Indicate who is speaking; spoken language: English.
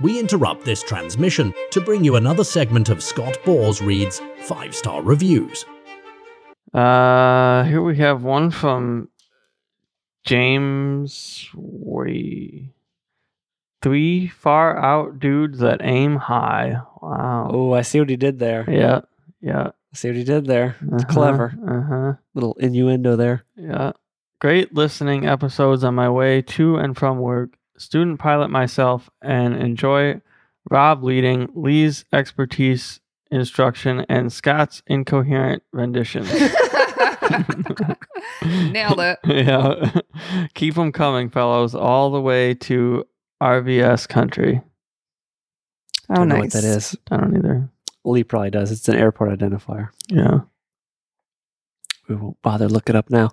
Speaker 1: we interrupt this transmission to bring you another segment of Scott Bores Reads Five Star Reviews.
Speaker 2: Uh, here we have one from James Way. Three far out dudes that aim high. Wow.
Speaker 3: Oh, I see what he did there.
Speaker 2: Yeah. Yeah.
Speaker 3: I see what he did there. It's
Speaker 2: uh-huh,
Speaker 3: clever.
Speaker 2: Uh huh.
Speaker 3: Little innuendo there.
Speaker 2: Yeah. Great listening episodes on my way to and from work. Student pilot myself and enjoy Rob leading, Lee's expertise instruction, and Scott's incoherent rendition.
Speaker 4: Nailed it.
Speaker 2: yeah. Keep them coming, fellows, all the way to RVS country.
Speaker 4: Oh,
Speaker 3: Don't know
Speaker 4: nice.
Speaker 3: what that is.
Speaker 2: I don't either.
Speaker 3: Lee probably does. It's an airport identifier.
Speaker 2: Yeah.
Speaker 3: We won't bother looking up now.